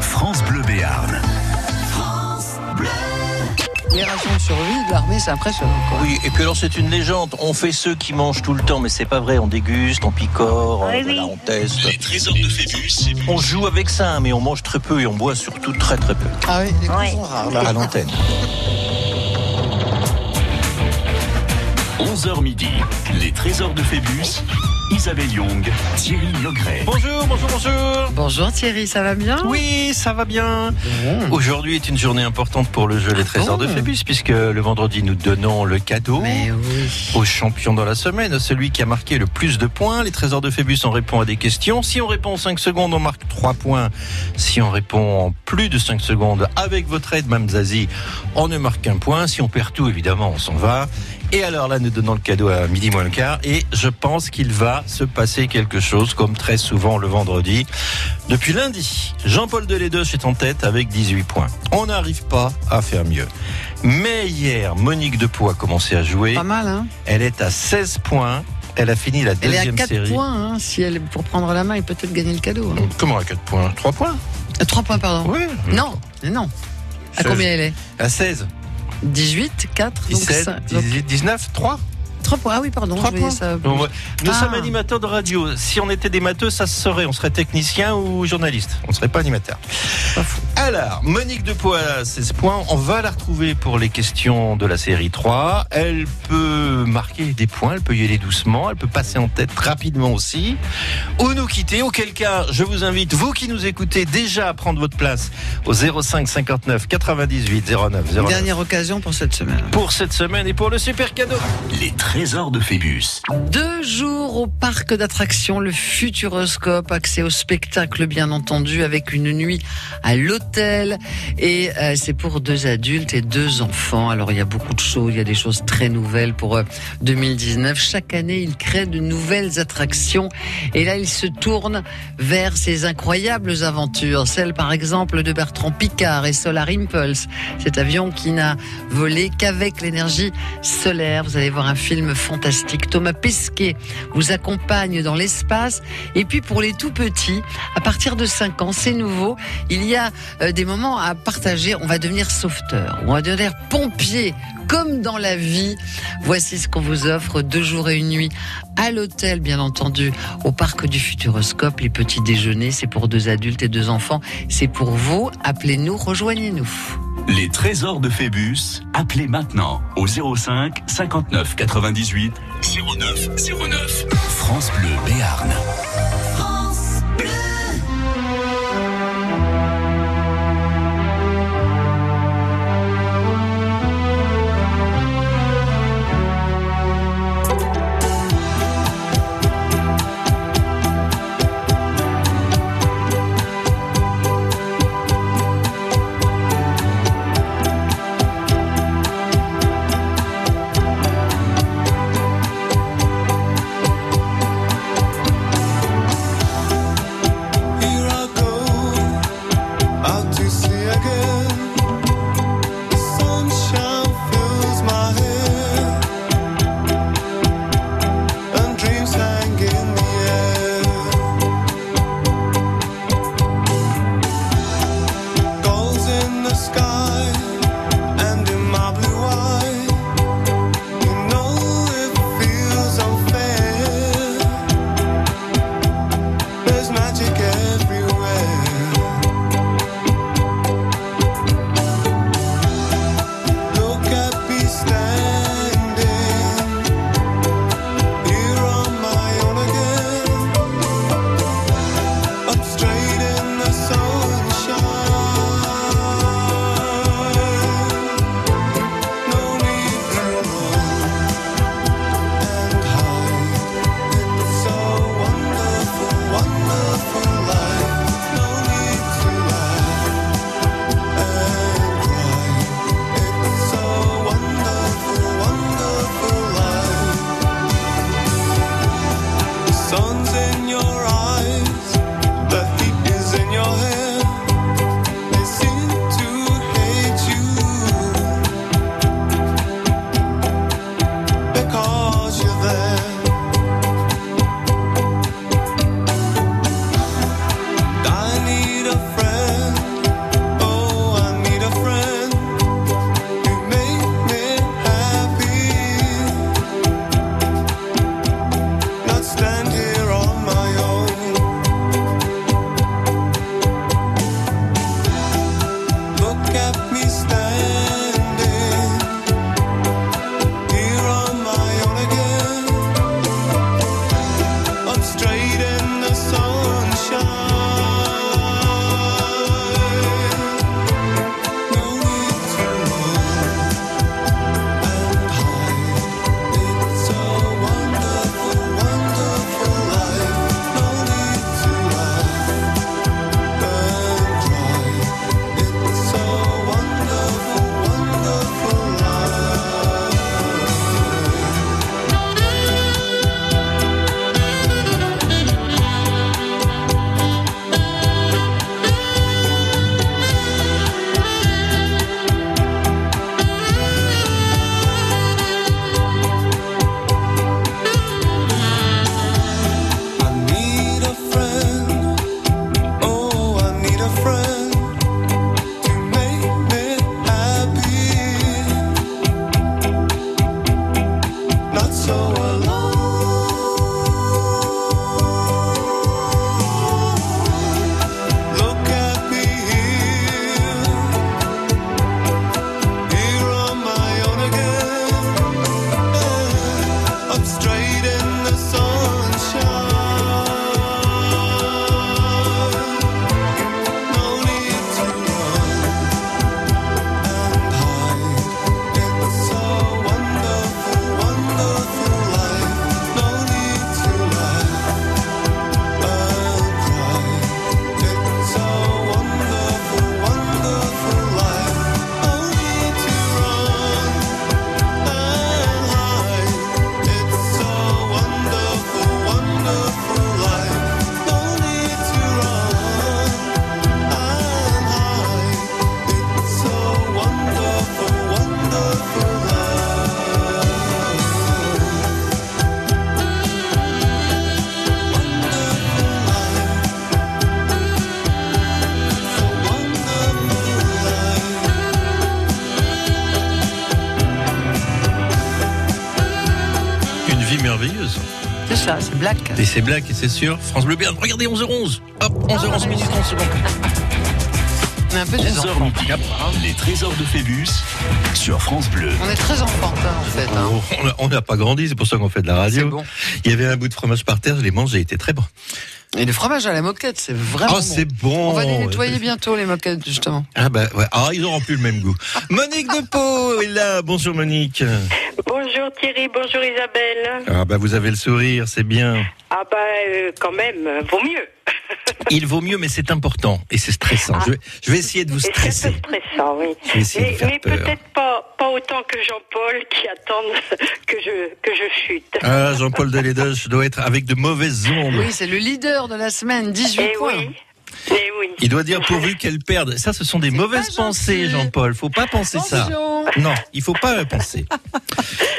France Bleu Béarn. Les rations de survie de l'armée, c'est impressionnant. Quoi. Oui, et puis alors c'est une légende. On fait ceux qui mangent tout le temps, mais c'est pas vrai. On déguste, on picore, Oui, euh, voilà, oui. on teste. Les trésors de Phébus, On joue avec ça, mais on mange très peu et on boit surtout très très peu. Ah oui, les coups Ouais. sont rares. là. Ah À l'antenne. 11h midi, les trésors de Phébus. Isabelle Young, Thierry Logret. Bonjour, bonjour, bonjour. Bonjour Thierry, ça va bien Oui, ça va bien. Mmh. Aujourd'hui est une journée importante pour le Ah jeu Les Trésors de Phébus, puisque le vendredi nous donnons le cadeau. Mais oui. Au champion dans la semaine, celui qui a marqué le plus de points. Les trésors de Phébus, on répond à des questions. Si on répond en 5 secondes, on marque 3 points. Si on répond en plus de 5 secondes, avec votre aide, Mme Zazie, on ne marque qu'un point. Si on perd tout, évidemment, on s'en va. Et alors là, nous donnons le cadeau à midi moins le quart. Et je pense qu'il va se passer quelque chose, comme très souvent le vendredi. Depuis lundi, Jean-Paul Delédoche est en tête avec 18 points. On n'arrive pas à faire mieux. Mais hier, Monique Depoix a commencé à jouer. Pas mal, hein Elle est à 16 points. Elle a fini la Elle est à deuxième 4 série. points, hein, si elle, pour prendre la main et peut-être gagner le cadeau. hein. Comment à 4 points 3 points Euh, 3 points, pardon. Oui. Non, mais non. À Je- combien elle est À 16, 18, 4, 17, donc 5. 18, 19, 3. 3 points, ah oui, pardon, Trois je voyais points. ça. Nous Ah. sommes animateurs de radio. Si on était des matheux, ça se saurait. On serait technicien ou journaliste. On ne serait pas animateur. Pas fou. Alors, Monique Depoix à 16 points. On va la retrouver pour les questions de la série 3. Elle peut marquer des points, elle peut y aller doucement, elle peut passer en tête rapidement aussi. Ou nous quitter, auquel cas, je vous invite, vous qui nous écoutez, déjà à prendre votre place au 05 59 98 09 09. Dernière occasion pour cette semaine. Pour cette semaine et pour le super cadeau. Les trésors de Phébus. Deux jours au parc d'attractions, le Futuroscope, accès au spectacle bien entendu, avec une nuit à l'hôtel. Et euh, c'est pour deux adultes et deux enfants. Alors il y a beaucoup de choses, il y a des choses très nouvelles pour euh, 2019. Chaque année, ils créent de nouvelles attractions. Et là, ils se tournent vers ces incroyables aventures. Celle par exemple de Bertrand Picard et Solar Impulse, cet avion qui n'a volé qu'avec l'énergie solaire. Vous allez voir un film fantastique. Thomas Pesquet vous accompagne dans l'espace. Et puis pour les tout petits, à partir de 5 ans, c'est nouveau. Il y a euh, des moments à partager. On va devenir sauveteur, on va devenir pompier, comme dans la vie. Voici ce qu'on vous offre deux jours et une nuit à l'hôtel, bien entendu, au parc du Futuroscope. Les petits déjeuners, c'est pour deux adultes et deux enfants. C'est pour vous. Appelez-nous, rejoignez-nous. Les trésors de Phébus. Appelez maintenant au 05 59 98 09 09. France Bleu Béarn. ça, c'est Black. Et c'est black et c'est sûr. France Bleu Berne, regardez 11h11. Hop, 11h11 minutes 30 secondes. On est un peu des 11h enfants. midi, les trésors de Phébus sur France Bleu. On est très enfantins en fait. hein. Oh, on a- on n'a pas grandi, c'est pour ça qu'on fait de la C'est radio. bon. Il y avait un bout de fromage par terre, je l'ai mangé, il était très bon. Et le fromage à la moquette, c'est vraiment. Ah, c'est bon. bon. On va les nettoyer bientôt, les moquettes, justement. Ah, bah, ouais. ah, ils auront plus le même goût. Monique de Pau est là. Bonjour, Monique. Bonjour Thierry, bonjour Isabelle. Ah, bah, vous avez le sourire, c'est bien. Ah bah euh, quand même, euh, vaut mieux. Il vaut mieux, mais c'est important et c'est stressant. Je, vais, je vais essayer de vous Et c'est un stresser. peu stressant, oui. Je vais essayer de Mais, faire mais peur. peut-être pas, pas autant que Jean-Paul qui attend que je, que je chute. Ah, Jean-Paul Delédoche doit être avec de mauvaises ondes. Oui, c'est le leader de la semaine, 18 Eh points. oui, eh oui. Il doit dire pourvu qu'elle perde. Ça, ce sont des mauvaises pas pensées, gentil. Jean-Paul. Faut pas penser ça. Attention. Non, il faut pas la penser.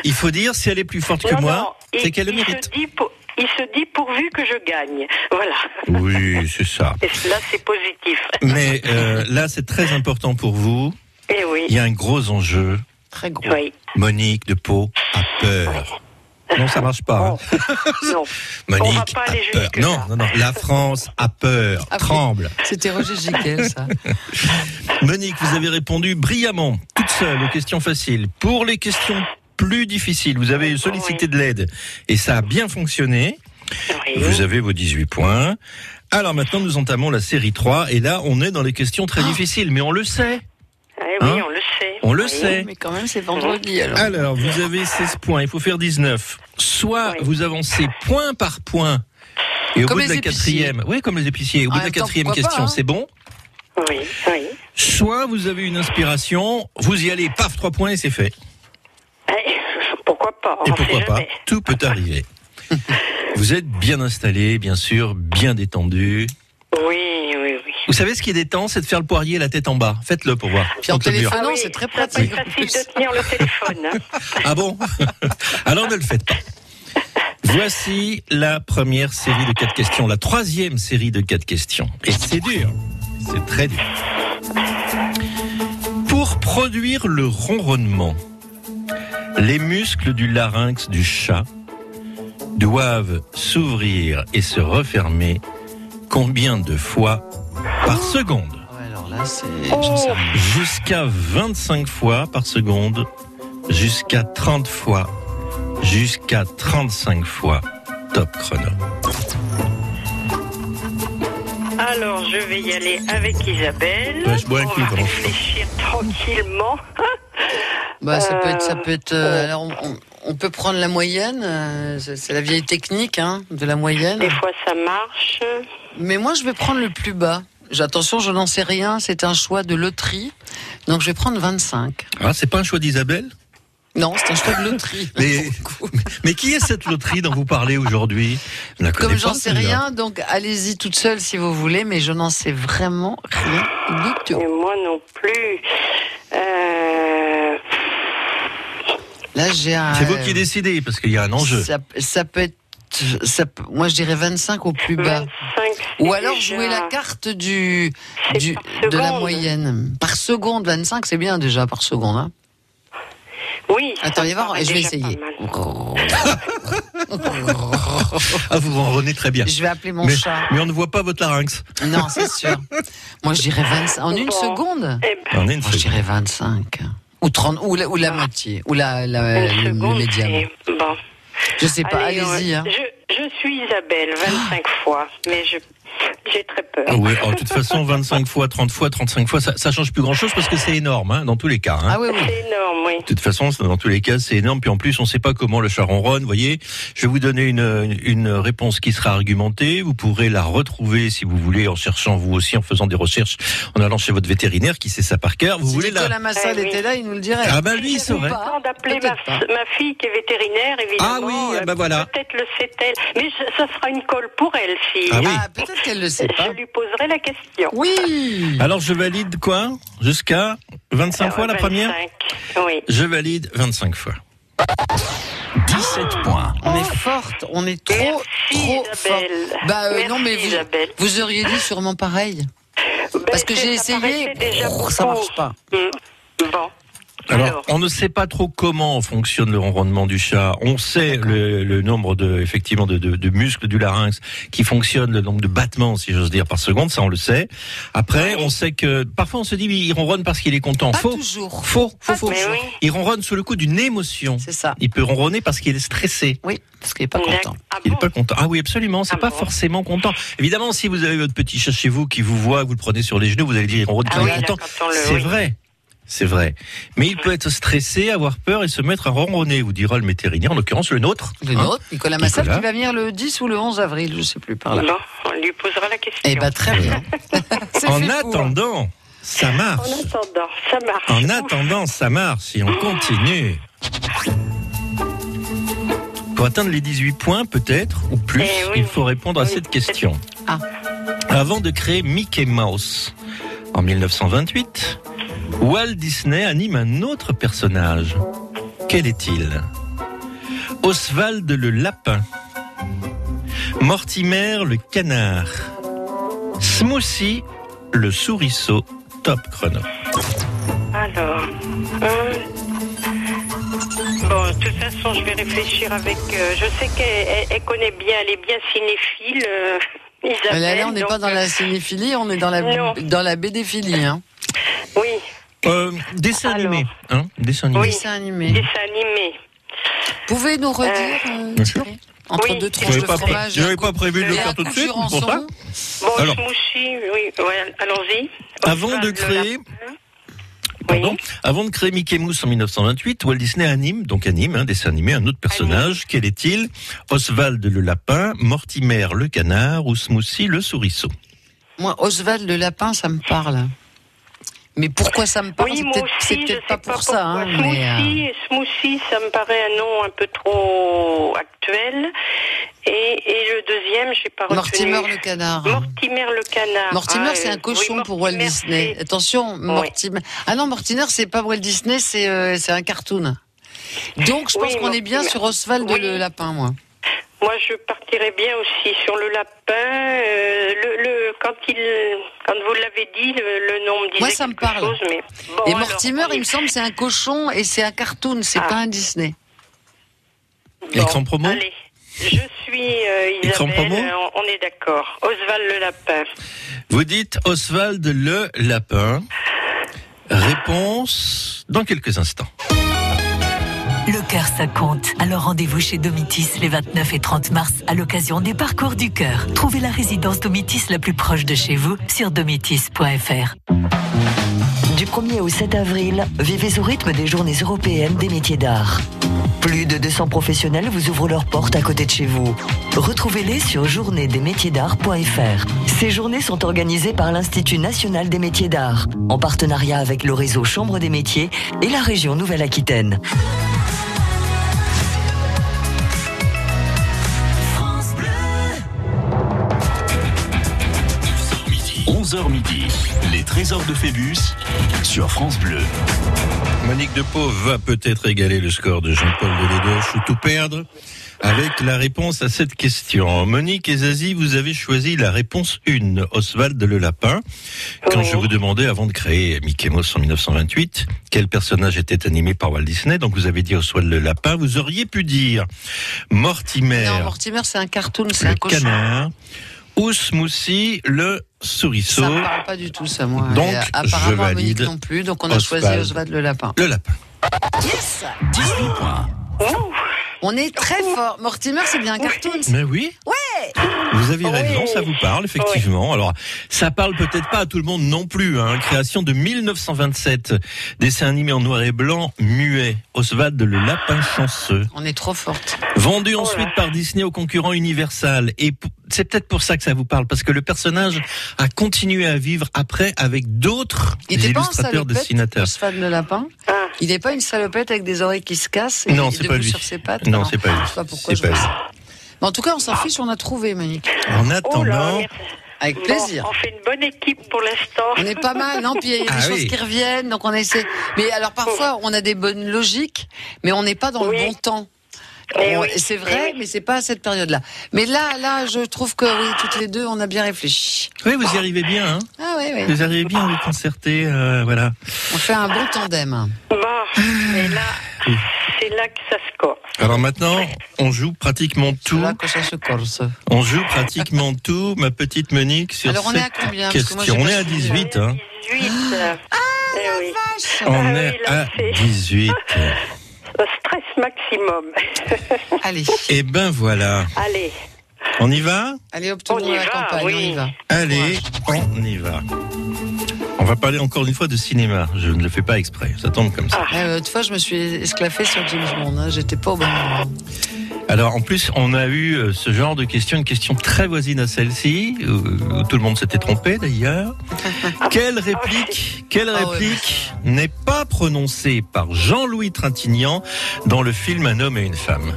Il faut dire si elle est plus forte que Non, non, moi, il- c'est qu'elle le il mérite. Se dit pour- il se dit pourvu que je gagne. Voilà. Oui, c'est ça. Et là, c'est positif. Mais euh, là, c'est très important pour vous. Eh oui. Il y a un gros enjeu. Très gros. Oui. Monique de Pau a peur. Non, ça marche pas. hein. Bon. non. on va Monique pas a aller peur. jusque-là. Non, non, non. La France a peur, Ah, tremble. C'était Roger Giquel, ça. Monique, vous avez répondu brillamment, toute seule, aux questions faciles. Pour les questions plus difficiles, vous avez sollicité de l'aide et ça a bien fonctionné. Oui. Vous avez vos 18 points. Alors maintenant, nous entamons la série 3 et là, on est dans les questions très difficiles, mais on le sait. Ah. Eh oui, Hein on le sait. On le Oui. sait. Mais quand même, c'est vendredi, alors. Mhm. Alors, vous avez 16 points, il faut faire 19. Soit Oui. vous avancez point par point. Et au Comme bout de les la épiciers. quatrième, oui, comme les épiciers, au bout En de la même temps, quatrième pourquoi pas, question, hein. c'est bon. Oui, oui. Soit vous avez une inspiration, vous y allez, paf, trois points et c'est fait. Eh, pourquoi pas Et on sait pourquoi pas, jamais. tout peut arriver. Vous êtes bien installé, bien sûr, bien détendu. Oui, oui, oui. Vous savez ce qui détend, c'est de faire le poirier la tête en bas. Faites-le pour voir. Puis en Contre le mur. téléphonant, Ah oui, c'est très ça pratique. va être en facile plus. de tenir le téléphone. hein. Ah bon Alors ne le faites pas. Voici la première série de quatre questions, la troisième série de quatre questions. Et c'est dur, c'est très dur. Pour produire le ronronnement, les muscles du larynx du chat doivent s'ouvrir et se refermer combien de fois par seconde Ouais, alors là, c'est. Oh. J'en sais rien. jusqu'à 25 fois par seconde, jusqu'à 30 fois, jusqu'à 35 fois. Top chrono. Alors, je vais y aller avec Isabelle. Ouais, je bois un On coup, va pardon. réfléchir tranquillement. Bah, ça peut être. Ça peut être euh, alors, on- on, on peut prendre la moyenne. euh, c'est c'est la vieille technique, hein, de la moyenne. Des fois, ça marche. Mais moi, je vais prendre le plus bas. J- Attention, je n'en sais rien. C'est un choix de loterie. Donc, je vais prendre 25. Ah, c'est pas un choix d'Isabelle Non, c'est un choix de loterie. mais, mais qui est cette loterie dont vous parlez aujourd'hui Je la connais Comme pas, j'en sais celle-là. rien, donc allez-y toute seule si vous voulez, mais je n'en sais vraiment rien du tout. Et moi non plus. Euh, Là, j'ai un. C'est vous qui décidez, parce qu'il y a un enjeu. euh, Ça, ça peut être. ça peut- moi, je dirais 25 au plus bas. 25. Ou c'est alors déjà- jouer la carte du, C'est du- par de la seconde. moyenne. Par seconde, 25, c'est bien déjà par seconde. hein. Oui. ça Attends, viens voir, paraît je vais déjà essayer. pas mal. Ah, vous en renez très bien. Je vais appeler mon Mais, chat. mais on ne voit pas votre larynx. Non, c'est sûr. Moi, je dirais 25. En une Bon. seconde Eh ben, On est une Moi, je seconde. dirais 25. Ou 30, ou la, ou la moitié, ou la, la- Ah. une le, le seconde, médium. c'est- Bon. Je sais pas, Allez, allez-y. on- hein. Ah. je, je suis Isabelle, 25 fois, mais je Hein j'ai très peur. Ah ouais, alors, de toute façon, 25 fois, 30 fois, 35 fois, ça, ça change plus grand chose parce que c'est énorme, hein, dans tous les cas. hein. Ah oui, oui. C'est énorme, oui. De toute façon, ça, dans tous les cas, c'est énorme. Puis en plus, on ne sait pas comment le chat ronronne. Voyez, je vais vous donner une, une- une réponse qui sera argumentée. Vous pourrez la retrouver si vous voulez en cherchant vous aussi, en faisant des recherches, en allant chez votre vétérinaire qui sait ça par cœur. Vous si voulez Nicolas la Massal Eh oui. était là, il nous le dirait. Ah ben lui, il saurait. Ou pas. temps d'appeler ma, Peut-être pas. ma fille qui est vétérinaire, évidemment. Ah oui, Euh, ah bah voilà. Peut-être le sait-elle. Mais je- ça sera une colle pour elle, si. Ah oui. Ah, peut-être qu'elle le sait Je pas. lui poserai la question. Oui. Alors je valide quoi Jusqu'à 25 fois la Alors, première 25. Oui. Je valide 25 fois. 17 points, On est forte, on est trop, Oh. Merci, trop forte. Isabelle. Bah euh, Merci, non, mais vous, Isabelle. vous auriez dit sûrement pareil. Ben, Parce que c'est- j'ai ça essayé, paraissait déjà brrr, ça beaucoup. marche pas. Mm. Bon. Alors, Alors. on ne sait pas trop comment fonctionne le ronronnement du chat. On sait le, le nombre de, effectivement, de, de- de muscles du larynx qui fonctionnent, le nombre de battements, si j'ose dire, par seconde. Ça, on le sait. Après, on sait que parfois, on se dit, il ronronne parce qu'il est content. Pas faux, toujours. faux, faux, Pas faux. Mais oui. Il ronronne sous le coup d'une émotion. C'est ça. Il peut ronronner parce qu'il est stressé. Oui, parce qu'il n'est pas content. Ah Il bon est pas content. Ah oui, absolument. C'est Ah pas bon forcément content. Évidemment, si vous avez votre petit chat chez vous qui vous voit, vous le prenez sur les genoux, vous allez dire, il ronronne Ah quand il est oui, là, content. quand on le- C'est oui. vrai. C'est vrai. Mais il peut être stressé, avoir peur et se mettre à ronronner, vous dira le vétérinaire, en l'occurrence le nôtre. Le hein. nôtre, Nicolas Massaf, Nicolas. qui va venir le 10 ou le 11 avril, je ne sais plus par là. Bon, on lui posera la question. Eh ben très bien. C'est En fait pour. hein. attendant, ça marche. En attendant, ça marche. En attendant, ça marche et on continue. Pour atteindre les 18 points, peut-être, ou plus, Eh oui. il faut répondre à Oui, cette question. Ah. Avant de créer Mickey Mouse en 1928, Walt Disney anime un autre personnage. Quel est-il Oswald le lapin, Mortimer le canard, Smoothie le souriceau, top chrono. Alors. euh, Bon, de toute façon, je vais réfléchir avec. euh, je sais qu'elle elle- elle connaît bien, elle est bien cinéphile. euh, Mais Isabelle, là, là, on n'est donc, euh, pas dans la cinéphilie, on est dans la, Non. dans la BD-philie. Hein. euh, Oui, Euh, dessin Alors. animé. Hein dessin animé. Oui. Dessin animé. dessin animé. Pouvez nous redire, euh, Bien sûr. Thierry, entre Oui. deux Je tranches de pas, pré- fromage j'avais et un pas prévu de le Et faire un tout de coup suite, sur un pour ça. son. Bon, Alors. Smoothie, oui, ouais, allons-y. Avant Oswald de le créer, lapin. pardon, Oui. avant de créer Mickey Mouse en 1928, Walt Disney anime, donc anime, un dessin animé, un autre personnage. Quel est-il Oswald le lapin, Mortimer le canard ou Smoothie le souriceau Moi, Oswald le lapin, ça me parle. Mais pourquoi ça me parle Oui, C'est moi peut-être- aussi, C'est je peut-être sais pas pour ça. pourquoi. hein, mais, euh, Smoothie, Smoothie, ça me paraît un nom un peu trop actuel. Et, et le deuxième, je sais pas retenu. euh, Mortimer le canard. Mortimer le canard. Mortimer, Ah, c'est euh, un cochon oui, pour Walt Mortimer, Disney. c'est- Attention, Mortimer. Ah non, Mortimer, c'est pas Walt Disney, c'est euh, c'est un cartoon. Donc, je Oui, pense qu'on est bien Mortimer. sur Oswald Oui. le lapin, moi. Moi, je partirais bien aussi sur le lapin. euh, le, le- quand, il, quand vous l'avez dit, le, le nom me disait Moi, ça me quelque parle. chose, mais bon, et alors, Mortimer, on y- il me semble, c'est un cochon et c'est un cartoon, c'est Ah. pas un Disney. Écran promo Allez, je suis euh, Écran Isabelle, promo euh, on, on est d'accord. Oswald le lapin. Vous dites Oswald le lapin. Réponse dans quelques instants. Le cœur, ça compte. Alors rendez-vous chez Domitis les 29 et 30 mars à l'occasion des parcours du cœur. Trouvez la résidence Domitis la plus proche de chez vous sur domitis.fr. Du 1er au 7 avril, vivez au rythme des journées européennes des métiers d'art. Plus de 200 professionnels vous ouvrent leurs portes à côté de chez vous. Retrouvez-les sur journéesdesmétiersd'art.fr. Ces journées sont organisées par l'Institut national des métiers d'art, en partenariat avec le réseau Chambre des métiers et la région Nouvelle-Aquitaine. France Bleu. 11h midi, les trésors de Phébus sur France Bleu. Monique Depau va peut-être égaler le score de Jean-Paul Deledoche ou tout perdre avec la réponse à cette question. Monique et Zazie, vous avez choisi la réponse 1, Oswald le Lapin. Quand Oui. je vous demandais, avant de créer Mickey Mouse en 1928, quel personnage était animé par Walt Disney, donc vous avez dit Oswald le Lapin, vous auriez pu dire Mortimer Non, Mortimer, c'est un cartoon, c'est le un cochon. Canard ou Smoothie le Souriceau, Ça me parle pas du tout, ça, moi. Donc, Et, euh, je apparemment, Monique valide non plus, donc on a Oswald. choisi Oswald le lapin. le Lapin. Yes 18 points. Ouh, On est très fort. Mortimer, c'est bien un cartoon. Ah ça. Mais oui. Vous avez Oui. raison, ça vous parle effectivement. Alors, ça parle peut-être pas à tout le monde non plus. Hein. Création de 1927, dessin animé en noir et blanc, muet. Oswald le lapin chanceux. On est trop forte. Oh Vendu là. ensuite par Disney au concurrent Universal. Et p- c'est peut-être pour ça que ça vous parle, parce que le personnage a continué à vivre après avec d'autres Il était pas un illustrateurs salopette, dessinateurs. Oswald le lapin. Ah. Il n'est pas une salopette avec des oreilles qui se cassent et Non, il est c'est pas debout lui. sur ses pattes. Non, c'est pas lui. Je sais pas pourquoi C'est je pas vois lui. ça. Mais en tout cas, on s'en fiche, on a trouvé, Monique. En oh là, attendant, merci. Avec Bon, plaisir. on fait une bonne équipe pour l'instant. On est pas mal, non Puis il y a des Ah choses oui. qui reviennent, donc on essaie. Mais alors parfois, on a des bonnes logiques, mais on n'est pas dans Oui. le bon temps. Eh On- oui. C'est Eh vrai, oui. mais c'est pas à cette période-là. Mais là, là, je trouve que oui, toutes les deux, on a bien réfléchi. oui, vous y arrivez bien. Hein. Ah oui, oui. Vous arrivez bien à vous concerter. euh, voilà. On fait un bon tandem. Bon, Et là, c'est là que ça se corse. Alors maintenant, on joue pratiquement tout. Là que ça se corse. On joue pratiquement tout, ma petite Monique, sur Alors on est à cette combien Parce que moi, question. j'ai On pas est à suivi. 18, hein. 18. Ah, oui. On Ah est oui, là, à c'est- 18. Le stress maximum. Allez, Et ben voilà. Allez, On y va allez, obtenons On y la va, campagne, oui. on y va. Allez, on y va. On va parler encore une fois de cinéma. Je ne le fais pas exprès. Ça tombe comme Ah. ça. Ouais, Ah, L'autre fois, je me suis esclaffée sur James Bond. hein. J'étais pas au bon moment. Alors, en plus, on a eu euh, ce genre de question, une question très voisine à celle-ci, où, où tout le monde s'était trompé d'ailleurs. quelle réplique, quelle Ah ouais. réplique n'est pas prononcée par Jean-Louis Trintignant dans le film Un homme et une femme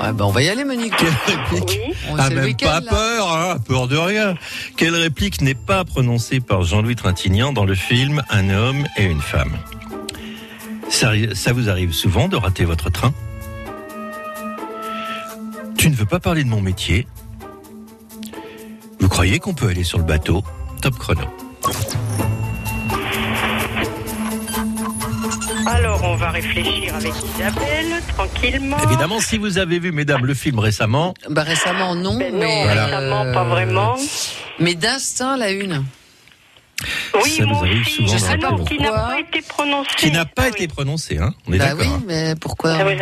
Ouais, bah, on va y aller, Monique. Quelle réplique oui. On- Ah, c'est le même week-end, pas là. peur, hein, peur de rien. Quelle réplique n'est pas prononcée par Jean-Louis Trintignant dans le film Un homme et une femme ça, arri- ça vous arrive souvent de rater votre train Tu ne veux pas parler de mon métier Vous croyez qu'on peut aller sur le bateau Top chrono. Alors, on va réfléchir avec Isabelle, tranquillement. Évidemment, si vous avez vu, mesdames, le film récemment, Bah, récemment, non. Mais non, mais, euh, récemment, pas vraiment. Mais d'instinct, la une. Oui, ça moi vous arrive aussi. souvent Je sais Ah pas non, qui n'a pourquoi. pas été prononcé. qui n'a pas Ah été oui, prononcé, hein On est Bah d'accord. oui, hein mais pourquoi Ça vous arrive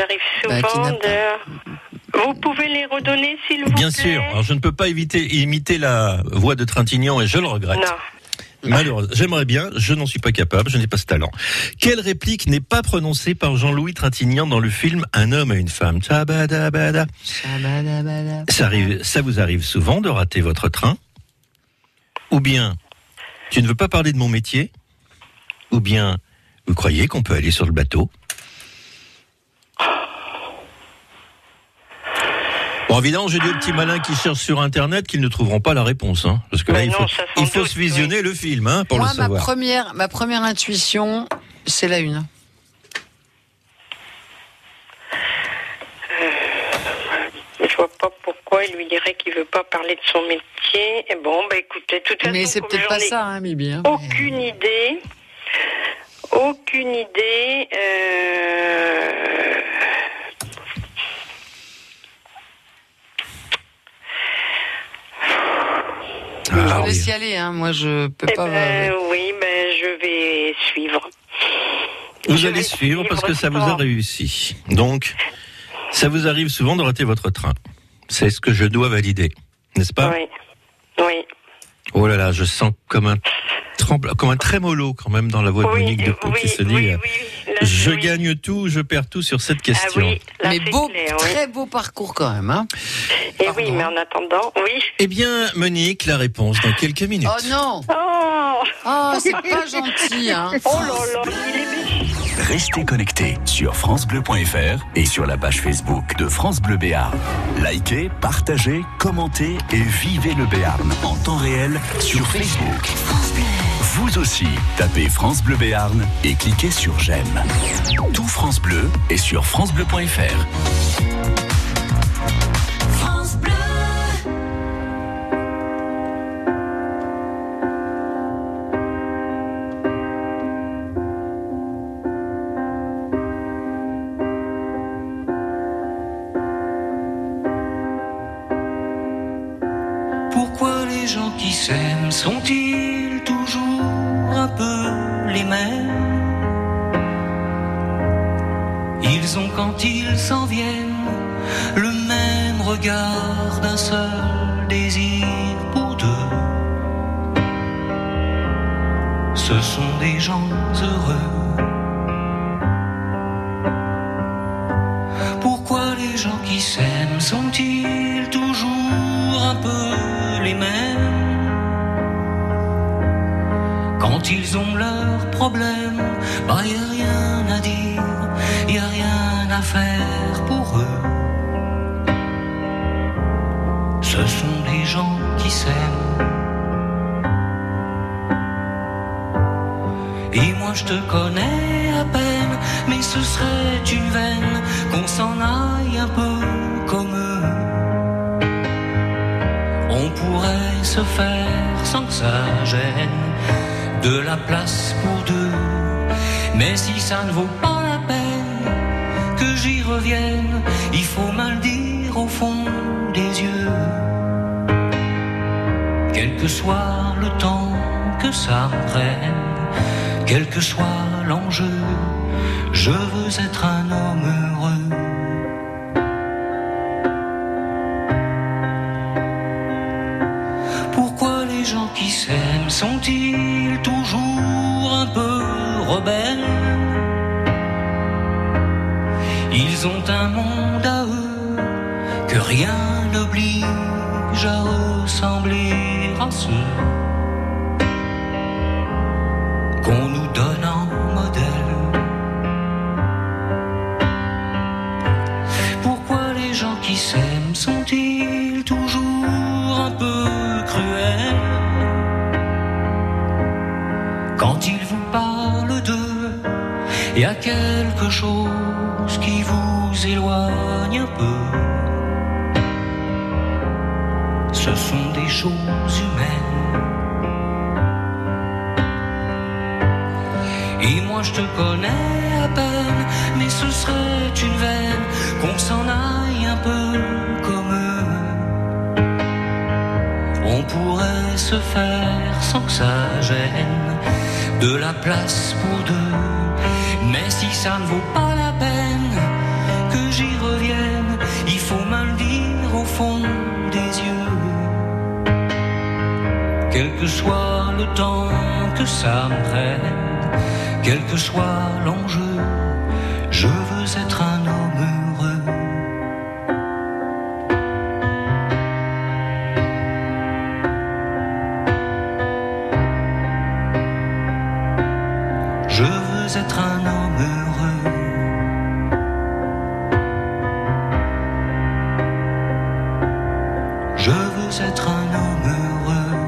Bah, qui souvent n'a de... Vous pouvez les redonner, s'il vous plaît Bien sûr. Alors, je ne peux pas éviter imiter la voix de Trintignant et je le regrette. Non. Malheureusement, j'aimerais bien, je n'en suis pas capable, je n'ai pas ce talent. Quelle réplique n'est pas prononcée par Jean-Louis Trintignant dans le film Un homme et une femme Tchabadabada. Shabadabada. Ça, arrive, ça vous arrive souvent de rater votre train Ou bien, tu ne veux pas parler de mon métier Ou bien, vous croyez qu'on peut aller sur le bateau Bon, évidemment, j'ai dit aux petits malins qui cherchent sur Internet qu'ils ne trouveront pas la réponse. hein, parce que là, Mais il non, faut, ça, sans il faut doute, se visionner le film hein, pour Moi, le ma savoir. première, ma première intuition, c'est la une. Je vois pas pourquoi il lui dirait qu'il veut pas parler de son métier. Et bon, bah écoutez, de toute façon, Mais c'est comme peut-être j'en pas ai ça, hein, Bibi. hein. Aucune idée. Aucune idée. euh, je Ah vous oui. laisse y aller, hein. moi je peux Eh pas. ben, oui, ben, je vais suivre. Vous Je allez vais suivre parce que ça vous sans- a réussi. Donc, ça vous arrive souvent de rater votre train. C'est ce que je dois valider, n'est-ce pas Oui. Oui. Oh là là, je sens comme un tremble, comme un trémolo quand même dans la voix de oui, Monique de Pau oui, qui se dit oui, euh, oui, là, Je oui. gagne tout, je perds tout sur cette Ah question. oui, là, mais c'est beau, clair, oui. très beau parcours quand même. hein. Et pardon. Eh oui, mais en attendant, oui. Eh bien, Monique, la réponse dans quelques minutes. Oh non, Oh, oh c'est pas gentil. Hein. oh là là, il est méchant. Restez connectés sur FranceBleu.fr et sur la page Facebook de France Bleu Béarn. Likez, partagez, commentez et vivez le Béarn en temps réel sur Facebook. Vous aussi, tapez France Bleu Béarn et cliquez sur J'aime. Tout France Bleu est sur FranceBleu.fr. Pourquoi les gens qui s'aiment sont-ils toujours un peu les mêmes Ils ont quand ils s'en viennent le même regard d'un seul désir pour deux. Ce sont des gens heureux. Pourquoi les gens qui s'aiment sont-ils toujours un peu les mêmes Quand ils ont leurs problèmes, bah y a rien à dire, y a rien à faire pour eux. Ce sont des gens qui s'aiment. Et moi je te connais à peine, mais ce serait une veine qu'on s'en aille un peu comme eux. On pourrait se faire sans que ça gêne de la place pour deux. Mais si ça ne vaut pas la peine que j'y revienne, il faut me le dire au fond des yeux. Quel que soit le temps que ça me prenne, quel que soit l'enjeu, je veux être un homme heureux. Pourquoi les gens qui s'aiment sont-ils toujours un peu rebelles Ils ont un monde à eux que rien n'oblige à ressembler à ceux qu'on nous donne en modèle. Pourquoi les gens qui s'aiment sont-ils toujours un peu cruels Quand ils vous parlent d'eux, il y a quelque chose qui vous éloigne un peu. Ce sont des choses humaines. Et moi je te connais à peine, mais ce serait une veine qu'on s'en aille un peu comme eux. On pourrait se faire sans que ça gêne de la place pour deux. Mais si ça ne vaut pas la peine que j'y revienne, il faut me le dire au fond des yeux. Quel que soit le temps que ça me prenne, quel que soit l'enjeu, je veux être un homme heureux. Je veux être un homme heureux. Je veux être un homme heureux.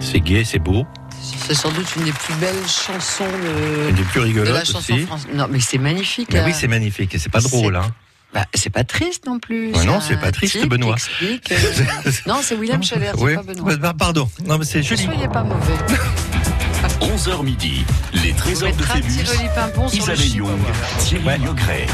C'est gai, c'est beau. C'est sans doute une des plus belles chansons de, Elle est plus de la rigolote chanson aussi. française. Non, mais c'est magnifique. hein. Mais là. oui, c'est magnifique. Et c'est pas euh, C'est- drôle, hein. Bah, c'est pas triste non plus. Ouais, non, un c'est pas triste, type Benoît. qui explique, euh, non, c'est William Scheller, c'est Oui. pas Benoît. Bah, Pardon. Non, mais c'est Ne joli. soyez pas mauvais. 11h midi, les Vous trésors de mettrez un petit Phébus. joli pimpon sur le Isabelle chiffre. Young, Thierry Ouais. Nogret.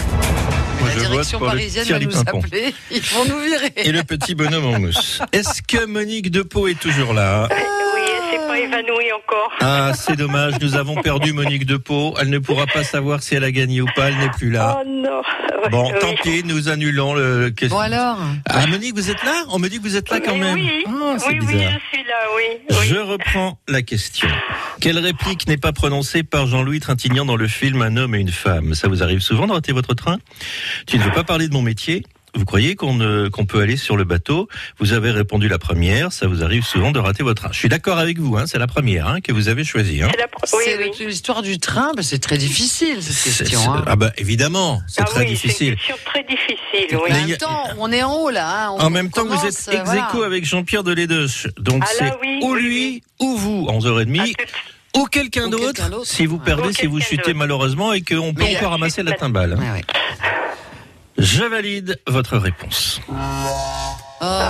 Moi, La je direction vote pour le parisienne va Thierry nous Pimpon. appeler. Ils vont nous virer. Et le petit bonhomme en mousse. Est-ce que Monique Depeau est toujours là Oui, elle s'est pas évanouie encore. Ah, c'est dommage. Nous avons perdu Monique Depeau. Elle ne pourra pas savoir si elle a gagné ou pas. Elle n'est plus là. Oh non. Bon, Oui. tant pis. Nous annulons le. Bon alors, Ah, Monique, vous êtes là On me dit que vous êtes là quand Mais même. Oui, Ah, c'est oui, oui, bizarre. je suis là, oui. oui. Je reprends la question. Quelle réplique n'est pas prononcée par Jean-Louis Trintignant dans le film Un homme et une femme Ça vous arrive souvent de rater votre train Tu ne veux pas parler de mon métier vous croyez qu'on euh, qu'on peut aller sur le bateau Vous avez répondu la première, ça vous arrive souvent de rater votre train. Je suis d'accord avec vous, hein, c'est la première hein, que vous avez choisie. Hein. C'est la pro- oui, c'est oui. le- l'histoire du train. bah, c'est très difficile cette C'est- question. c'est- hein. Ah bah évidemment, c'est Ah très oui, C'est difficile. une question très difficile, oui. En Mais il y même a- temps, on est en haut là. hein, on En même temps, vous êtes commence, ex euh, voilà. aequo avec Jean-Pierre Delédoche. Donc Ah c'est là, oui, ou oui, lui oui. ou vous, en 11h30. À tout- ou quelqu'un Ou d'autre quelqu'un d'autre, si vous ouais. perdez, Ou si vous quelqu'un chutez d'autre. euh, malheureusement et qu'on peut Mais- encore ramasser la timbale. hein. Ouais, ouais. Je valide votre réponse. Oh, Ah,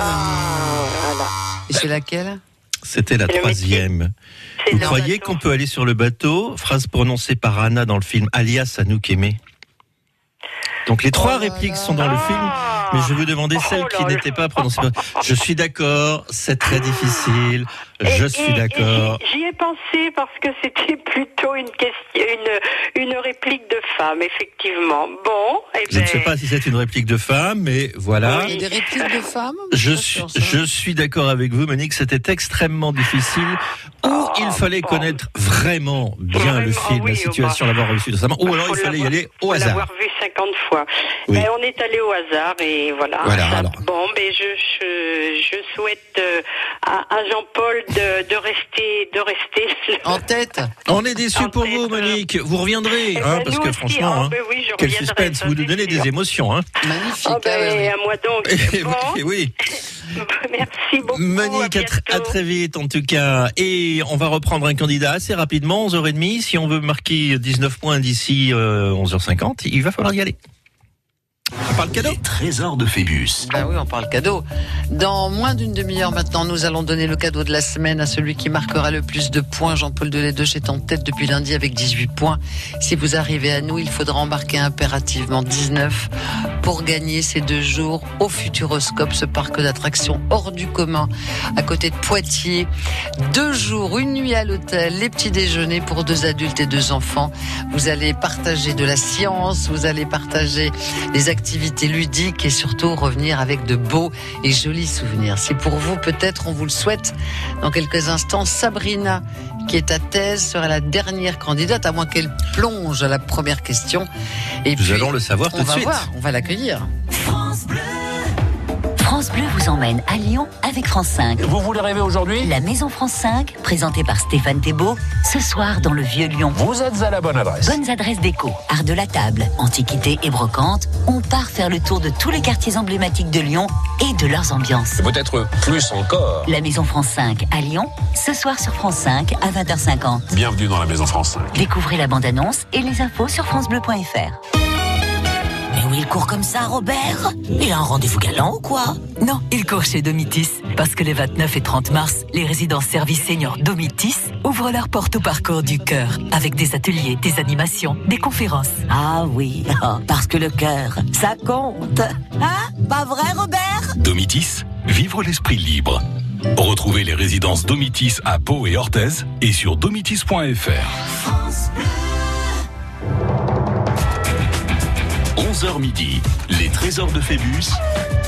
voilà. et c'est laquelle C'était la Et le troisième. C'est Vous dans croyez la qu'on peut aller sur le bateau Phrase prononcée par Anna dans le film Alias à nous qu'aimer. Donc les trois répliques sont dans le film, Ah. mais je vous demandais Oh celle là qui là. n'était pas prononcée. Je suis d'accord, c'est très difficile. Et- Je et- suis et d'accord. J'y j'y ai pensé parce que c'était plutôt une question, une, une réplique de femme, effectivement. Bon, eh ben, et Je ne sais pas si c'est une réplique de femme, mais voilà. Il y a des répliques de femmes Je Pas suis, sûr, ça. je suis d'accord avec vous, Monique, c'était extrêmement difficile. Ou Oh, il fallait bon. connaître vraiment bien Vraiment, le film, la oui, ou situation, pas. l'avoir reçu récemment. Ou alors il fallait y aller au hasard. Bah, l'avoir vu 50 fois. Oui. Ben, on est allé au hasard et voilà. Voilà, Ça- alors. Bon, ben, je, je, je souhaite euh, à, à Jean-Paul de, de rester, de rester. En tête. On est déçus En pour fait, vous, euh, Monique. Vous reviendrez, Eh hein, ben, parce nous que aussi, franchement, ah, hein, ben oui, je quel reviendrai, suspense, ça, vous nous c'est donnez des sûr. émotions. Hein. Magnifique. Oh, ah ouais, ben, ouais. à moi donc. Et Bon, Eh oui. merci beaucoup. Monique, à, tr- à bientôt. très vite en tout cas. Et on va reprendre un candidat assez rapidement, 11h30. Si on veut marquer 19 points d'ici euh, 11h50, il va falloir y aller. Par le cadeau Les trésors de Phébus. Ben oui, on parle cadeau. Dans moins d'une demi-heure maintenant, nous allons donner le cadeau de la semaine à celui qui marquera le plus de points. Jean-Paul Deledeche est en tête depuis lundi avec 18 points. Si vous arrivez à nous, il faudra embarquer impérativement 19 pour gagner ces deux jours au Futuroscope, ce parc d'attractions hors du commun à côté de Poitiers. Deux jours, une nuit à l'hôtel, les petits déjeuners pour deux adultes et deux enfants. Vous allez partager de la science, vous allez partager des activités ludiques et surtout revenir avec de beaux et jolis souvenirs. C'est pour vous, peut-être, on vous le souhaite. Dans quelques instants, Sabrina, qui est à thèse, sera la dernière candidate, à moins qu'elle plonge à la première question. Et Nous puis, allons le savoir on tout de va suite. voir, on va l'accueillir. France Bleu vous emmène à Lyon avec France 5. Vous voulez rêver aujourd'hui La Maison France 5, présentée par Stéphane Thébault, ce soir dans le Vieux Lyon. Vous êtes à la bonne adresse. Bonnes adresses déco, art de la table, antiquités et brocantes, on part faire le tour de tous les quartiers emblématiques de Lyon et de leurs ambiances. Peut-être plus encore. La Maison France 5 à Lyon, ce soir sur France 5 à 20h50. Bienvenue dans la Maison France 5. Découvrez la bande-annonce et les infos sur francebleu.fr. Mais où il court comme ça, Robert Il a un rendez-vous galant ou quoi Non, il court chez Domitis, parce que les 29 et 30 mars, les résidences services seniors Domitis ouvrent leurs portes au parcours du cœur, avec des ateliers, des animations, des conférences. Ah oui, parce que le cœur, ça compte. Hein Pas vrai, Robert Domitis, vivre l'esprit libre. Retrouvez les résidences Domitis à Pau et Orthez et sur domitis.fr. 11h midi, les trésors de Phébus,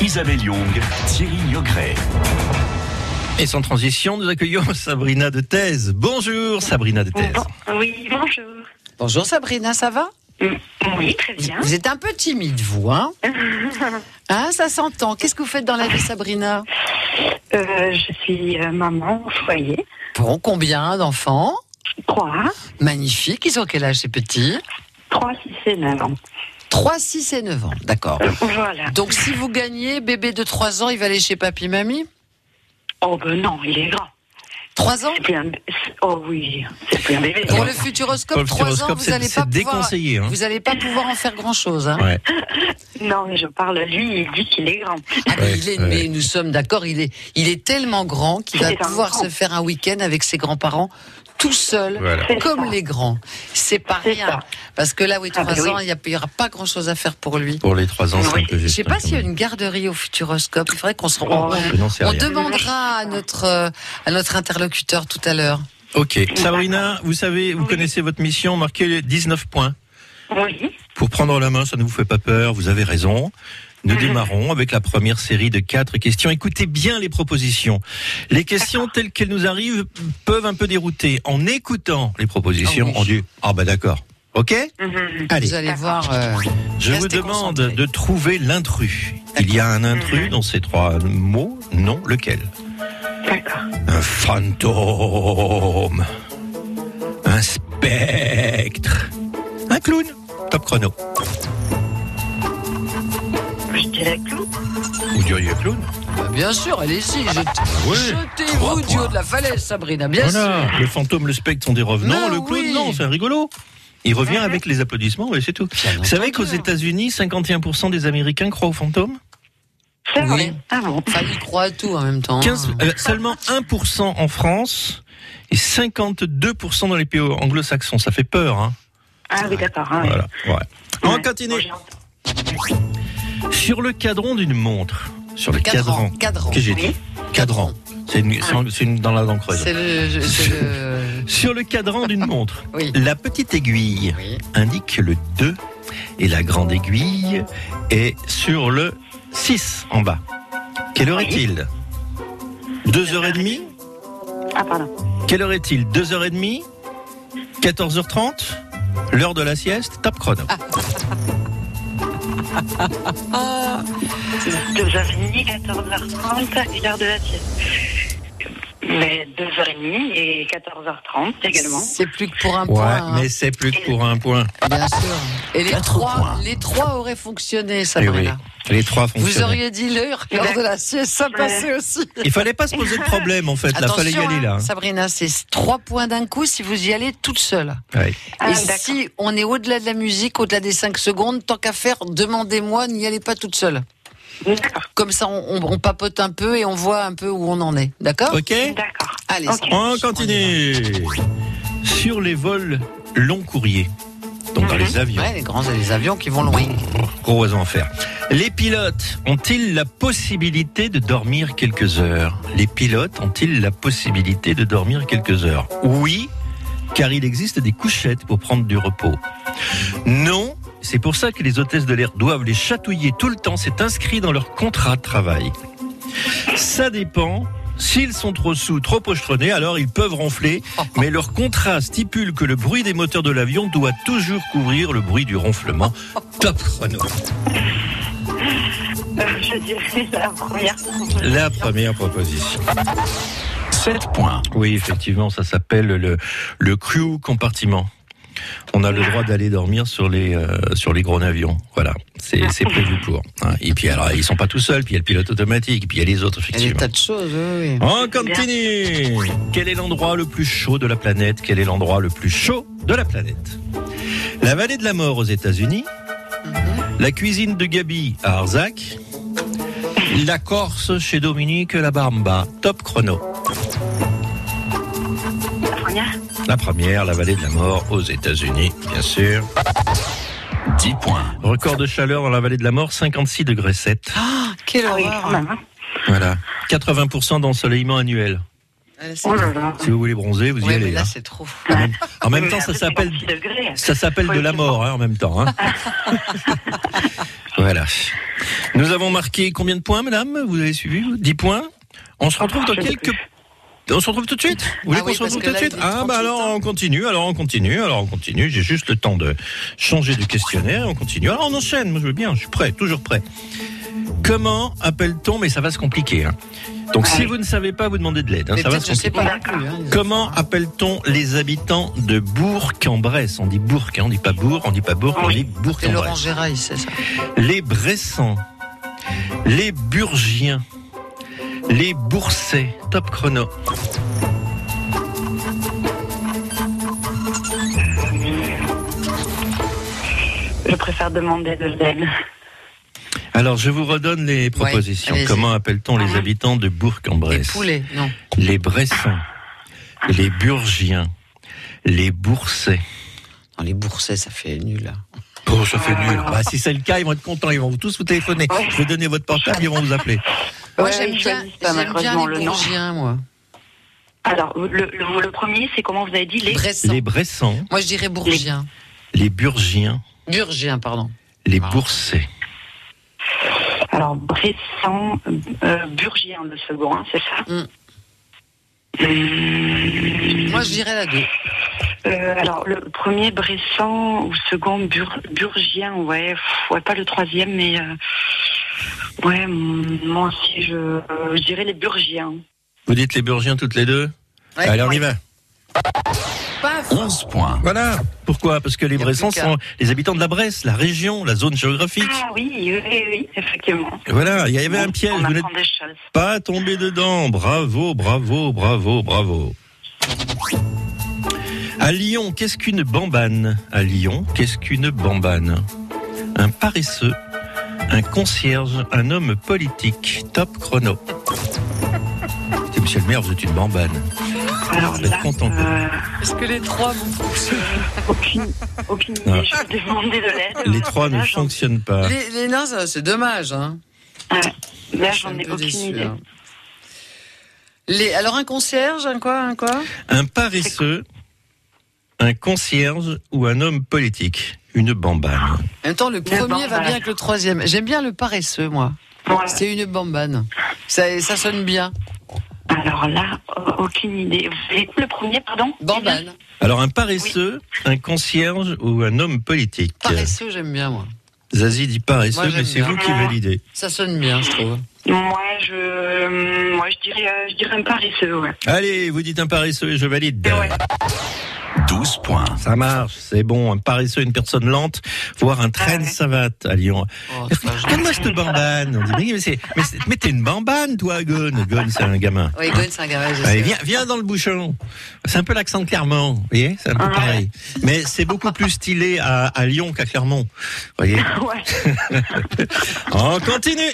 Isabelle Young, Thierry Niogret. Et sans transition, nous accueillons Sabrina de Thèse. Bonjour Sabrina de Thèse. Bon- oui, bonjour. Mm, Bonjour Sabrina, ça va Oui, très bien. Vous êtes un peu timide, vous, hein Hein, ça s'entend. Qu'est-ce que vous faites dans la vie, Sabrina Euh, je suis euh, maman au foyer. Bon, combien d'enfants Trois. Magnifique. Ils ont quel âge, ces petits Trois, six et neuf ans. Euh, 3, 6 et 9 ans, d'accord. Voilà. Donc, si vous gagnez, bébé de 3 ans, il va aller chez papy-mamie Oh ben non, il est grand. 3 ans C'est plus un... c'est- Oh oui, c'est plus un bébé. Pour le futuroscope, 3 ans, Futuroscope, vous c'est n'allez c'est pas pouvoir... déconseillé. hein. Vous n'allez pas pouvoir en faire grand-chose. Hein. Ouais. Non, mais je parle, lui, il dit qu'il est grand. Ah, mais, Ouais, il est, ouais. mais nous sommes d'accord, il est, il est tellement grand qu'il va C'est un pouvoir grand. se faire un week-end avec ses grands-parents tout seul, Voilà. C'est comme ça. les grands. C'est pas C'est rien. ça. Parce que là, oui, Ah, trois bah oui. ans, il n'y aura pas grand-chose à faire pour lui. Pour les 3 ans, c'est un peu Je juste. sais pas s'il y a une garderie au Futuroscope. Il faudrait qu'on se Oh, rende. ouais. Non, c'est On rien. demandera à notre, euh, à notre interlocuteur tout à l'heure. Ok. Sabrina, vous savez, vous Oui. connaissez votre mission, marquez les 19 points. Oui. Pour prendre la main, ça ne vous fait pas peur, vous avez raison. Nous Mhm. démarrons avec la première série de quatre questions. Écoutez bien les propositions. Les questions telles qu'elles nous arrivent peuvent un peu dérouter. En écoutant les propositions, Ah oui. on dit Ah bah d'accord. Ok Mhm. Allez. Vous allez voir. euh, Je vous Restez demande concentrés. de trouver l'intrus. Il y a un intrus Mhm. dans ces trois mots, non lequel D'accord. Un fantôme. Un spectre. Un clown. Top chrono. Je dirais que Vous diriez clown euh, bah, bien sûr, allez-y. je- Oui, Jetez-vous du haut de la falaise, Sabrina. Bien sûr. Le fantôme, le spectre sont des revenants. Mais le clown, oui. non, c'est un rigolo. Il revient avec les applaudissements et c'est tout. Vous savez qu'aux entendu. États-Unis, 51% des Américains croient aux fantômes c'est Oui. vrai. Ah bon. Enfin, il croit à tout en même temps. hein. 15, euh, Seulement 1% en France et 52% dans les pays anglo-saxons. Ça fait peur. Hein. Ah oui, d'accord. hein, oui. Voilà. ouais. On Ouais. continue. Bon, j'ai- Sur le cadran d'une montre. Sur le cadran. Cadran. Cadran. Ah. Qu'est-ce que j'ai dit Oui. Cadran. C'est une, c'est- c'est une dans la dent creuse. C'est le. c'est le- Sur le cadran d'une montre, Oui. la petite aiguille Oui. indique le 2 et la grande aiguille est sur le 6 en bas. Quelle heure Oui. est-il 2h30 Ah pardon. Quelle heure est-il 2h30 14h30 L'heure de la sieste Top chrono. Ah, Ah. Deux heures et demie, 14h30 et l'heure de la sieste. Mais 2h30 et 14h30 également. C'est plus que pour un point. hein. mais c'est plus que pour un point. Bien sûr. Et les Quatre trois, points. les trois auraient fonctionné, Eh Sabrina. oui, les trois Vous fonctionnent. auriez dit l'heure lors de la sieste, ça passait aussi. Il fallait pas se poser de problème en fait. Là, fallait y Attention, aller hein, là. Sabrina, c'est trois points d'un coup si vous y allez toute seule. Ouais. Et si on est au-delà de la musique, au-delà des 5 secondes, tant qu'à faire, demandez-moi, n'y allez pas toute seule. Comme ça, on, on- on papote un peu et on voit un peu où on en est. D'accord Ok. D'accord. Allez, ça On marche. continue. Sur les vols long courrier, donc dans les avions. Mhm. Ouais, les grands les avions qui vont loin. Gros oiseau en fer. Les pilotes ont-ils la possibilité de dormir quelques heures Les pilotes ont-ils la possibilité de dormir quelques heures Oui, car il existe des couchettes pour prendre du repos. Non, c'est pour ça que les hôtesses de l'air doivent les chatouiller tout le temps, c'est inscrit dans leur contrat de travail. Ça dépend. S'ils sont trop sous, trop pochetronnés, alors ils peuvent ronfler, mais leur contrat stipule que le bruit des moteurs de l'avion doit toujours couvrir le bruit du ronflement. Top chrono. Euh, je dirais la première. La première proposition. 7 points. Oui, effectivement, ça s'appelle le, le crew compartiment. On a le droit d'aller dormir sur les euh, sur les gros avions. Voilà, c'est c'est prévu pour. hein. Et puis alors, ils sont pas tout seuls. Puis il y a le pilote automatique. Et puis il y a les autres Il y a des effectivement. tas de choses, oui. oui. On continue. Quel est l'endroit le plus chaud de la planète Quel est l'endroit le plus chaud de la planète La vallée de la mort aux États-Unis. La cuisine de Gabi à Arzac. La Corse chez Dominique La Baramba. Top chrono. La première. La première, la vallée de la mort aux États-Unis, bien sûr. 10 points. Record de chaleur dans la vallée de la mort, 56 degrés 7. Ah, quelle Ah oui, horreur. quand même. hein. Voilà. 80% d'ensoleillement annuel. Ah, là, c'est- Oh là là. Si vous voulez bronzer, vous y Ouais, mais allez. là, hein. c'est trop. En même- En même Mais temps, ça après, c'est s'appelle 46 degrés. Ça s'appelle Faut de la essayer. mort hein, en même temps. hein. voilà. Nous avons marqué combien de points, madame Vous avez suivi vous 10 points On se retrouve dans Je sais quelques... On se retrouve tout de suite Vous voulez Ah qu'on oui, se parce retrouve que tout de là, suite il est Ah bah 38, alors hein. on continue, alors on continue, alors on continue. J'ai juste le temps de changer de questionnaire, on continue. Alors on enchaîne, moi je veux bien, je suis prêt, toujours prêt. Comment appelle-t-on, mais ça va se compliquer. hein. Donc si vous ne savez pas, vous demandez de l'aide. hein, Ah Mais ça va peut-être se je sais compliquer. pas non plus. hein, les Comment enfants, hein. appelle-t-on les habitants de Bourg-en-Bresse On dit Bourg, hein, on dit pas Bourg, on dit pas Bourg, on dit C'est Laurent Bourg-en-Bresse. Gérail, c'est ça. Les Bressans, les Burgiens, les Boursais. Top chrono. Je préfère demander de l'aide. Alors, je vous redonne les propositions. allez-y. Ah Comment appelle-t-on les habitants de Les Bourg-en-Bresse poulets, non. Les Bressans, les Burgiens, les Boursais. Non, les boursets, ça fait nul. hein. Oh, ça fait nul. Bah, si c'est le cas, ils vont être contents. Ils vont vous tous vous téléphoner. Je vais donner votre portable, ils vont vous appeler. Moi, Ouais, j'aime ils bien, choisissent pas, j'aime bien malheureusement, les le nom. bourgiens, moi. Alors, le, le, le premier, c'est comment vous avez dit les. Bressans. Les Bressans, Moi, je dirais bourgien. les Burgiens, Burgien, pardon. Les Ah. Boursais. Alors, Bressan, euh, Burgien, le second, hein, c'est ça Mm. Hum, Moi, je dirais la 2. euh, alors, le premier Bressan ou second Bur- Burgien, ouais, pff, ouais, pas le troisième, mais euh, ouais, hum, moi aussi, je, euh, je dirais les Burgiens. Vous dites les Burgiens toutes les deux Ouais. Allez, on y va. Paf 11 points. Voilà. Pourquoi Parce que les Y a Bressans plus qu'à. sont les habitants de la Bresse, la région, la zone géographique. Ah oui, oui, oui, effectivement. Voilà, il y avait un On- piège, On vous n'êtes apprend des choses. pas tombé dedans. Bravo, bravo, bravo, bravo. À Lyon, qu'est-ce qu'une bambane À Lyon, qu'est-ce qu'une bambane Un paresseux, un concierge, un homme politique. Top chrono. Écoutez, Monsieur le maire, vous êtes une bambane. Alors Vous êtes là, content. euh, Est-ce que les trois vont fonctionner aucune, aucune idée, Ah. je vais demander de l'aide. Les trois ne Là, j'en- fonctionnent pas. Les, les nains, ça, c'est dommage. Hein. ouais, Ah, Là, Je suis j'en un ai peu aucune déçue, idée. hein. Les, alors, un concierge, un quoi, un quoi Un paresseux, un concierge ou un homme politique Une bambane. En même temps, le premier va bambane. bien avec le troisième. J'aime bien le paresseux, moi. Voilà. C'est une bambane. Ça, ça sonne bien. Alors là, a- aucune idée. Vous avez quoi, le premier, pardon Bambane. Alors un paresseux, un concierge ou un homme politique Paresseux, j'aime bien, moi. Zazie dit pas SE, Moi, j'aime mais c'est bien. vous qui validez. Ça sonne bien, je trouve. Moi, je, moi, je dirais, euh, je dirais un paresseux, ouais. Allez, vous dites un paresseux et je valide. 12 points. Ça marche, c'est bon. Un paresseux, une personne lente, voire un train de savate à Lyon. Oh, ça, je- Regarde-moi cette bambane. On dit, mais, mais c'est- mais c'est- mais t'es une bambane, toi, Gone. Gone, c'est un gamin. Oui, Gwen, c'est un garage. je sais. Allez, viens, viens dans le bouchon. C'est un peu l'accent de Clermont, vous voyez C'est un Ah, peu pareil. Mais c'est beaucoup plus stylé à, à Lyon qu'à Clermont. Vous voyez Ouais. On continue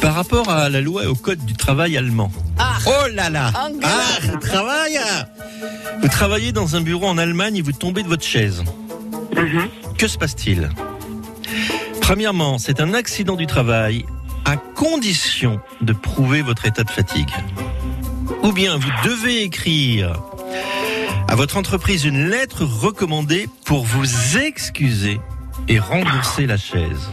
Par rapport à la loi et au code du travail allemand. Ah. oh là là Angela. Ah, travail Vous travaillez dans un bureau en Allemagne et vous tombez de votre chaise. Mhm. Que se passe-t-il Premièrement, c'est un accident du travail à condition de prouver votre état de fatigue. Ou bien vous devez écrire à votre entreprise une lettre recommandée pour vous excuser et rembourser la chaise.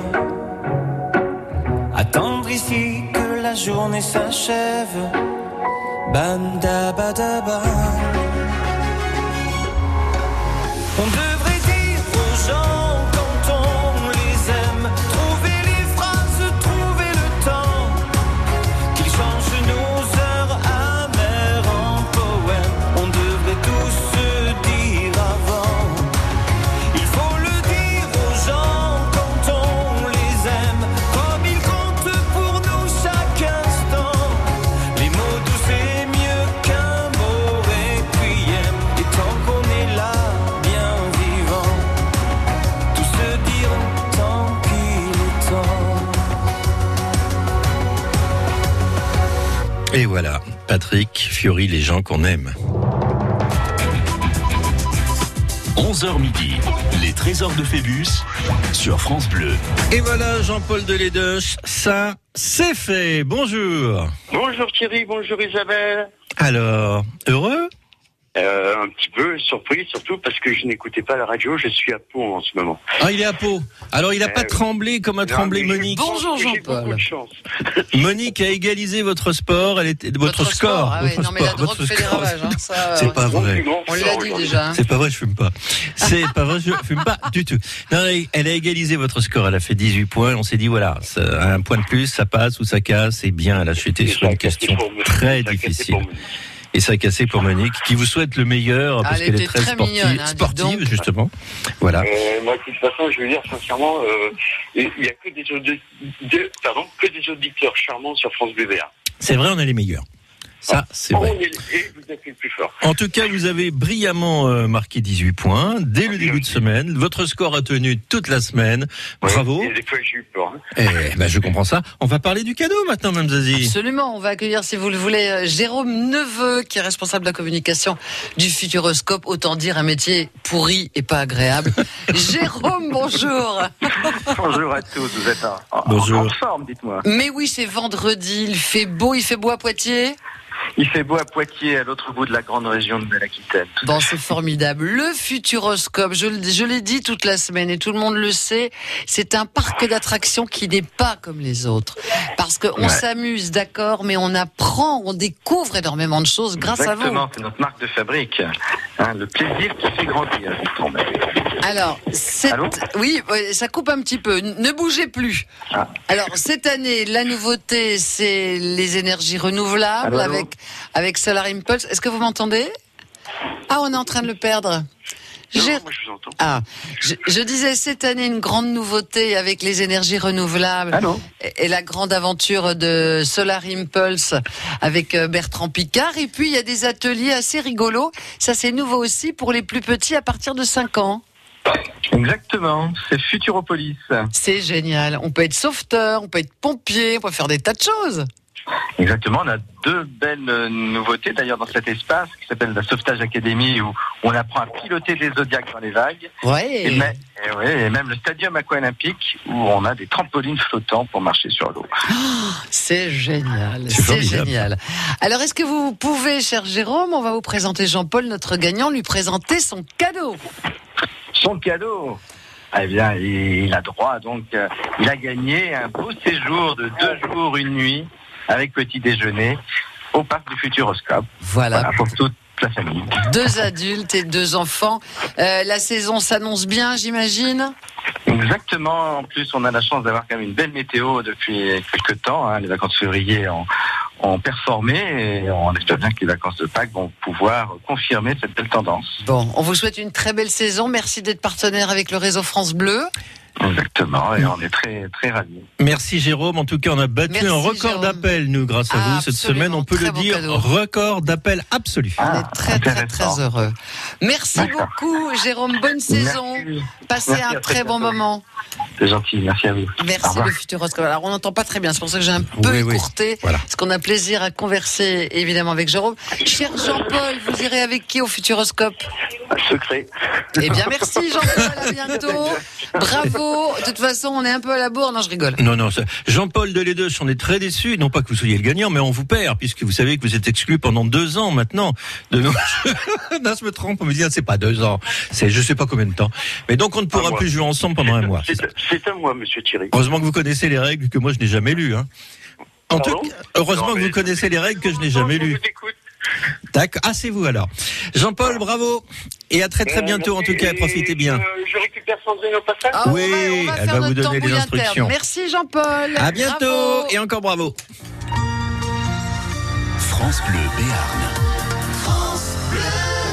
Attendre ici que la journée s'achève, bandabadaba. On devrait dire aux gens quand on les aime, trouver les phrases, trouver le temps. Qu'ils changent nos heures amères en poèmes. On devrait tous se dire avant. Il faut le dire aux gens quand on les aime. Comme ils comptent pour nous chaque instant. Les mots doux c'est mieux qu'un mot requiem. Et tant qu'on est là, bien vivant, tout se dire tant qu'il est temps. Et voilà, Patrick Fiori, les gens qu'on aime. 11h midi, les trésors de Phébus sur France Bleu. Et voilà, Jean-Paul Deledoche, ça, c'est fait. Bonjour. Bonjour Thierry, bonjour Isabelle. Alors, heureux Euh, un petit peu surpris, surtout parce que je n'écoutais pas la radio, je suis à Pau en ce moment. Ah, il est à Pau. Alors, il n'a Euh, pas oui. tremblé comme a Non, tremblé mais je Monique. pense que j'ai beaucoup de chance. Monique a égalisé votre sport, elle était, votre, score. ah ouais, votre non, mais la drogue votre fait des score. ravages, hein, ça, C'est euh, pas vrai. On l'a dit déjà. hein. C'est pas vrai, je fume pas. C'est pas vrai, je fume pas du tout. Non, elle- elle a égalisé votre score, elle a fait 18 points. On s'est dit, voilà, ça- un point de plus, ça passe ou ça casse. C'est bien, elle a chuté sur une question très difficile. Et ça a cassé pour Monique, qui vous souhaite le meilleur, Ah, parce elle qu'elle était est très, très sportive, mignonne, hein, dis sportive, donc. justement. Voilà. Euh, moi, de toute façon, je veux dire sincèrement, euh, il n'y a que des, audi- de- pardon, que des auditeurs charmants sur France BBA. C'est vrai, on est les meilleurs. Ça, c'est vrai. On est les- et vous êtes les plus forts. En tout cas, vous avez brillamment euh, marqué 18 points dès le début de semaine. Votre score a tenu toute la semaine. Bravo. Et des fois, j'ai eu peur. hein. Eh ben, je comprends ça. On va parler du cadeau maintenant, Mme Zazie. Absolument, on va accueillir, si vous le voulez, euh, Jérôme Neveu, qui est responsable de la communication du Futuroscope. Autant dire un métier pourri et pas agréable. Jérôme, bonjour. Bonjour à tous, vous êtes en, en- Bonjour. en grande forme, dites-moi. Mais oui, c'est vendredi, il fait beau, il fait beau à Poitiers. Il fait beau à Poitiers, à l'autre bout de la grande région de l'Aquitaine. Bon, c'est formidable. Le Futuroscope, je, le- je l'ai dit toute la semaine et tout le monde le sait, c'est un parc d'attractions qui n'est pas comme les autres. Parce qu'on Ouais. s'amuse, d'accord, mais on apprend, on découvre énormément de choses grâce à vous. Exactement, c'est notre marque de fabrique. Hein, le plaisir qui fait grandir, je vous promets. Alors, cette- oui, ouais, ça coupe un petit peu. N- Ne bougez plus. Ah. Alors, cette année, la nouveauté, c'est les énergies renouvelables Allô, allô avec, avec Solar Impulse. Est-ce que vous m'entendez Ah, on est en train de le perdre. J'ai- Ah, je, je disais cette année une grande nouveauté avec les énergies renouvelables et, et la grande aventure de Solar Impulse avec euh, Bertrand Picard. Et puis il y a des ateliers assez rigolos. Ça c'est nouveau aussi pour les plus petits à partir de 5 ans. Exactement, c'est Futuropolis. C'est génial. On peut être sauveteur, on peut être pompier, on peut faire des tas de choses. Exactement, on a deux belles euh, nouveautés d'ailleurs dans cet espace qui s'appelle la Sauvetage Academy où on apprend à piloter des zodiacs dans les vagues. Ouais. Et, mais- et ouais, et même le stadium aqua-olympique où on a des trampolines flottants pour marcher sur l'eau. Ah, C'est génial, C'est c'est formidable. génial. Alors, est-ce que vous pouvez, cher Jérôme, on va vous présenter Jean-Paul, notre gagnant, lui présenter son cadeau. Son cadeau Eh bien, il il a droit, donc, euh, il a gagné un beau séjour de deux jours, une nuit, avec petit déjeuner, au parc du Futuroscope. Voilà. pour toute la famille. Deux adultes et deux enfants. Euh, la saison s'annonce bien, j'imagine. Exactement. En plus, on a la chance d'avoir quand même une belle météo depuis quelques temps. hein. Les vacances de février ont, ont performé et on espère bien que les vacances de Pâques vont pouvoir confirmer cette belle tendance. Bon, on vous souhaite une très belle saison. Merci d'être partenaire avec le réseau France Bleu. Exactement. Et on est très, très ravis. Merci Jérôme. En tout cas, on a battu Merci, un record Jérôme. d'appels, nous, grâce à vous, cette Absolument. semaine. On peut Très le beau dire, cadeau. record d'appels absolu. On est très, très, très heureux. Merci D'accord. beaucoup, Jérôme. Bonne saison. Passez Merci, un à très très bon bientôt. moment. C'est gentil. Merci à vous. Au Merci revoir. le futuroscope. Alors on n'entend pas très bien, c'est pour ça que j'ai un peu Oui, oui. écourté, parce qu'on a plaisir à converser évidemment avec Jérôme. Cher Jean-Paul, vous irez avec qui au futuroscope Secret. Eh bien merci Jean-Paul, à bientôt. Bravo. De toute façon, on est un peu à la bourre, non je rigole. Non, non, ça- Jean-Paul Delédeuche, on est très déçu. Non pas que vous soyez le gagnant, mais on vous perd, puisque vous savez que vous êtes exclu pendant deux ans maintenant. De nos... non, je me trompe, on me dit, ah, c'est pas deux ans, c'est je sais pas combien de temps. Mais donc on ne pourra mois. plus jouer ensemble pendant un mois. Ah, C'est- C'est à moi, monsieur Thierry. Heureusement que vous connaissez les règles que moi je n'ai jamais lues. Hein. En tout Pardon cas, heureusement Non, que mais- vous connaissez les règles que je n'ai jamais lues. D'accord. Ah, c'est vous alors. Jean-Paul, bravo. Et à très très Euh, bientôt en merci, tout cas. et Profitez bien. Je récupère Sandrine au passage. Ah, Oui, on va, on va elle faire va notre vous donner les tambouille interne. instructions. Merci Jean-Paul. À bientôt Bravo. et encore bravo. France Bleu Béarn.